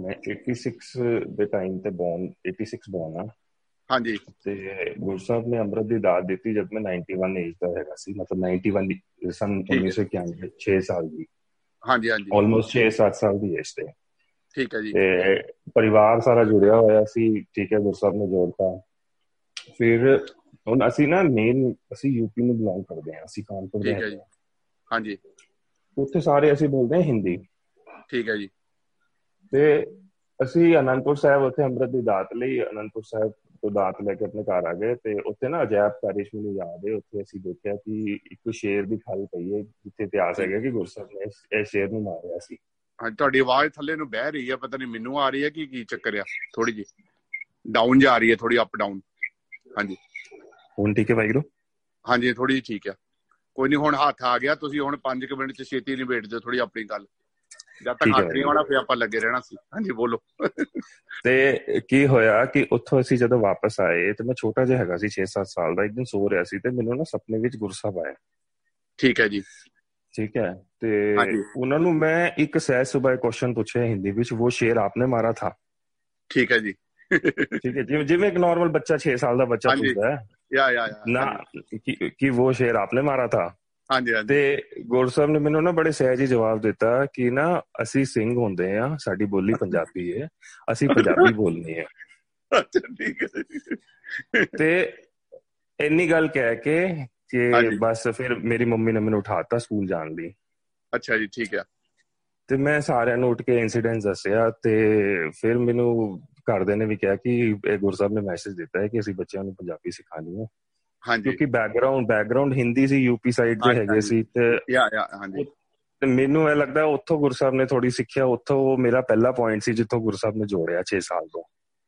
ਮੈਂ 86 ਦੇ ਟਾਈਮ ਤੇ ਬੌਨ 86 ਬੌਨ ਆ ਹਾਂਜੀ ਤੇ ਗੁਰੂ ਸਾਹਿਬ ਨੇ ਅੰਮ੍ਰਿਤ ਦੀ ਦਾਤ ਦਿੱਤੀ ਜਦ ਮੈਂ 91 ਏਜ ਦਾ ਹੈਗਾ ਸੀ ਮਤਲਬ 91 ਸਨ 1991 6 ਸਾਲ ਦੀ ਹਾਂਜੀ ਹਾਂਜੀ ਆਲਮੋਸਟ 6-7 ਸਾਲ ਦੀ ਏਜ ਤੇ ਠੀਕ ਹੈ ਜੀ ਤੇ ਪਰਿਵਾਰ ਸਾਰਾ ਜੁੜਿਆ ਹੋਇਆ ਸੀ ਠੀਕ ਹੈ ਗੁਰੂ ਸਾਹਿਬ ਨੇ ਜੋੜਤਾ ਫਿਰ ਹੁਣ ਅਸੀਂ ਨਾ ਮੇਨ ਅਸੀਂ ਯੂਪੀ ਨੂੰ ਬਿਲੋਂਗ ਕਰਦੇ ਹਾਂ ਅਸੀਂ ਕਾਨਪੁਰ ਦੇ ਠੀਕ ਹੈ ਜੀ ਹੈਗੇ ਹਾਂ। ਹਾਂਜੀ ਉੱਥੇ ਸਾਰੇ ਅਸੀਂ ਬੋਲਦੇ ਹਾਂ ਹਿੰਦੀ ਠੀਕ ਹੈ ਜੀ ਤੇ ਅਸੀਂ ਅਨੰਦਪੁਰ ਸਾਹਿਬ ਉੱਥੇ ਅੰਮ੍ਰਿਤ ਦੀ ਦਾਤ ਲਈ ਅਨੰਦਪੁਰ ਸਾਹਿਬ ਤੋਂ ਦਾਤ ਲੈ ਕੇ ਆਪਣੇ ਘਰ ਆ ਗਏ ਤੇ ਉੱਥੇ ਨਾ ਅਜਾਇਬ ਕਾਰਿਸ਼ ਮੈਨੂੰ ਯਾਦ ਹੈ ਉੱਥੇ ਅਸੀਂ ਦੇਖਿਆ ਕਿ ਇੱਕ ਸ਼ੇਰ ਦੀ ਖਾਲ ਪਈ ਹੈ ਜਿੱਥੇ ਇਤਿਹਾਸ ਹੈਗਾ ਕਿ ਗੁਰਸਾਹਿਬ ਨੇ ਇਸ- ਇਹ ਸ਼ੇਰ ਨੂੰ ਮਾਰਿਆ ਸੀ ਹਾਂਜੀ ਤੁਹਾਡੀ ਆਵਾਜ਼ ਥੱਲੇ ਨੂੰ ਬਹਿ ਰਹੀ ਹੈ ਪਤਾ ਨਹੀਂ ਮੈਨੂੰ ਆ ਰਹੀ ਹੈ ਕਿ ਕੀ ਚੱਕਰ ਆ ਥੋੜੀ ਜੀ ਡਾਊਨ ਜਾ ਰਹੀ ਹੈ ਥੋੜੀ ਅਪ ਡਾਊਨ ਹੁਣ ਠੀਕ ਹੈ ਭਾਈ ਗੁਰੂ ਹਾਂਜੀ ਥੋੜੀ ਠੀਕ ਆ ਕੋਈ ਨਹੀਂ ਹੁਣ ਹੱਥ ਆ ਗਿਆ ਤੁਸੀਂ ਹੁਣ 5 ਮਿੰਟ ਚ ਛੇਤੀ ਨਿਬੇੜ ਦਿਓ ਥੋੜੀ ਆਪਣੀ ਗੱਲ ਜਦ ਤੱਕ ਠੀਕ ਹੈ ਹੱਥ ਨਹੀਂ ਆਉਣਾ ਫੇ ਆਪਾਂ ਲੱਗੇ ਰਹਿਣਾ ਸੀ ਹਾਂਜੀ ਬੋਲੋ ਤੇ ਕੀ ਹੋਇਆ ਕਿ ਉੱਥੋਂ ਅਸੀਂ ਜਦੋਂ ਵਾਪਸ ਆਏ ਤੇ ਮੈਂ ਛੋਟਾ ਜਿਹਾ ਹੈਗਾ ਸੀ 6-7 ਸਾਲ ਦਾ ਇੱਕ ਦਿਨ ਸੋ ਰਿਹਾ ਸੀ ਤੇ ਮੈਨੂੰ ਨਾ ਸੁਪਨੇ ਵਿੱਚ ਗੁਰਸਾਹਿਬ ਆਇਆ ਠੀਕ ਹੈ ਜੀ ਠੀਕ ਹੈ ਤੇ ਹਾਂਜੀ। ਉਹਨਾਂ ਨੂੰ ਮੈਂ ਇੱਕ ਸਹਿਜ ਸੁਭਾਅ ਕੁਐਸਚਨ ਪੁੱਛਿਆ ਹਿੰਦੀ ਵਿੱਚ ਉਹ ਸ਼ੇਰ ਆਪਨੇ ਮਾਰਾ ਥਾ ਠੀਕ ਹੈ ਜੀ ਠੀਕ ਹੈ ਜਿਵੇਂ ਜਿਵੇਂ ਇੱਕ ਨਾਰਮਲ ਬੱਚਾ 6 ਸਾਲ ਦਾ ਬੱਚਾ ਹਾਂਜੀ। ਪੁੱਛਦਾ ਹੈ ਯਾ ਯਾ ਯਾ ना कि, कि वो शेर आपने मारा था ਹਾਂਜੀ ਹਾਂਜੀ ਤੇ ਗੁਰ ਸਾਹਿਬ ਨੇ ਮੈਨੂੰ ਨਾ ਬੜੇ ਸਹਿਜ ਹੀ ਜਵਾਬ ਦਿੱਤਾ ਕਿ ਨਾ ਅਸੀਂ ਸਿੰਘ ਹੁੰਦੇ ਆ ਸਾਡੀ ਬੋਲੀ ਪੰਜਾਬੀ ਹੈ ਅਸੀਂ ਪੰਜਾਬੀ ਬੋਲਣੀ ਹੈ ਅੱਛਾ, ਠੀਕ ਹੈ ਜੀ। ਤੇ ਇੰਨੀ ਗੱਲ ਕਹਿ ਕੇ ਕਿ ਹਾਂਜੀ। ਬਸ ਫਿਰ ਮੇਰੀ ਮੰਮੀ ਨੇ ਮੈਨੂੰ ਉਠਾਤਾ ਸਕੂਲ ਜਾਣ ਲਈ ਅੱਛਾ ਜੀ ਠੀਕ ਹੈ ਤੇ ਮੈਂ ਸਾਰਿਆਂ ਨੂੰ ਉੱਠ ਕੇ ਇਨਸੀਡੈਂਟ ਦੱਸਿਆ ਤੇ ਫਿਰ ਮੈਨੂੰ ਘਰਦਿਆਂ ਨੇ ਵੀ ਕਿਹਾ ਕਿ ਇਹ ਗੁਰ ਸਾਹਿਬ ਨੇ ਮੈਸੇਜ ਦਿੱਤਾ ਹੈ ਕਿ ਅਸੀਂ ਬੱਚਿਆਂ ਨੂੰ ਪੰਜਾਬੀ ਸਿਖਾਣੀ ਹੈ ਹਾਂਜੀ ਕਿਉਂਕਿ ਬੈਕਗ੍ਰਾਉਂਡ ਬੈਕਗ੍ਰਾਉਂਡ ਹਿੰਦੀ ਸੀ ਯੂਪੀ ਸਾਈਡ ਦੇ ਹਾਂਜੀ, ਹੈਗੇ ਹਾਂਜੀ। ਸੀ ਤੇ ਯਾ ਯਾ ਹਾਂਜੀ ਤੇ ਮੈਨੂੰ ਇਹ ਲੱਗਦਾ ਉੱਥੋਂ ਗੁਰਸਾਹਿਬ ਨੇ ਥੋੜੀ ਸਿੱਖਿਆ ਉੱਥੋਂ ਉਹ ਮੇਰਾ ਪਹਿਲਾ ਪੁਆਇੰਟ ਸੀ ਜਿੱਥੋਂ ਗੁਰਸਾਹਿਬ ਨੇ ਜੋੜਿਆ 6 ਸਾਲ ਤੋਂ